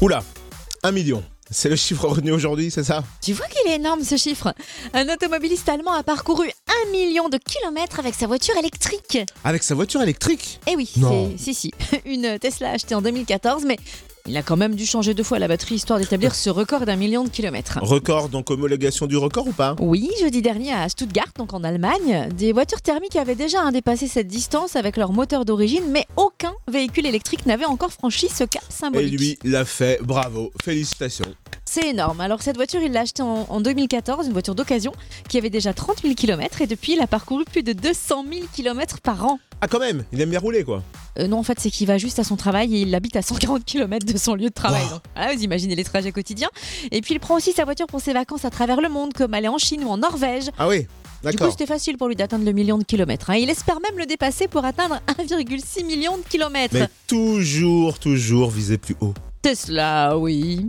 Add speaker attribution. Speaker 1: Oula, 1 million. C'est le chiffre retenu aujourd'hui, c'est ça
Speaker 2: Tu vois qu'il est énorme ce chiffre Un automobiliste allemand a parcouru un million de kilomètres avec sa voiture électrique.
Speaker 1: Avec sa voiture électrique
Speaker 2: Eh oui,
Speaker 1: Non.
Speaker 2: c'est si si. Une Tesla achetée en 2014, mais il a quand même dû changer deux fois la batterie histoire d'établir ce record d'un million de kilomètres.
Speaker 1: Record, donc homologation du record ou pas
Speaker 2: Oui, jeudi dernier à Stuttgart, donc en Allemagne, des voitures thermiques avaient déjà hein, dépassé cette distance avec leur moteur d'origine, mais aucun véhicule électrique n'avait encore franchi ce cap
Speaker 1: Et
Speaker 2: symbolique.
Speaker 1: lui l'a fait, bravo, félicitations.
Speaker 2: C'est énorme. Alors cette voiture, il l'a achetée en, en 2014, une voiture d'occasion qui avait déjà 30 000 km et depuis, il a parcouru plus de 200 000 km par an.
Speaker 1: Ah quand même, il aime bien rouler quoi.
Speaker 2: Euh, non, en fait, c'est qu'il va juste à son travail et il habite à 140 km de son lieu de travail.
Speaker 1: Wow.
Speaker 2: Donc, voilà, vous imaginez les trajets quotidiens. Et puis, il prend aussi sa voiture pour ses vacances à travers le monde, comme aller en Chine ou en Norvège.
Speaker 1: Ah oui,
Speaker 2: Du coup,
Speaker 1: d'accord.
Speaker 2: c'était facile pour lui d'atteindre le million de kilomètres. hein. Il espère même le dépasser pour atteindre 1,6 million de kilomètres.
Speaker 1: Mais toujours, toujours viser plus haut.
Speaker 2: Tesla, oui.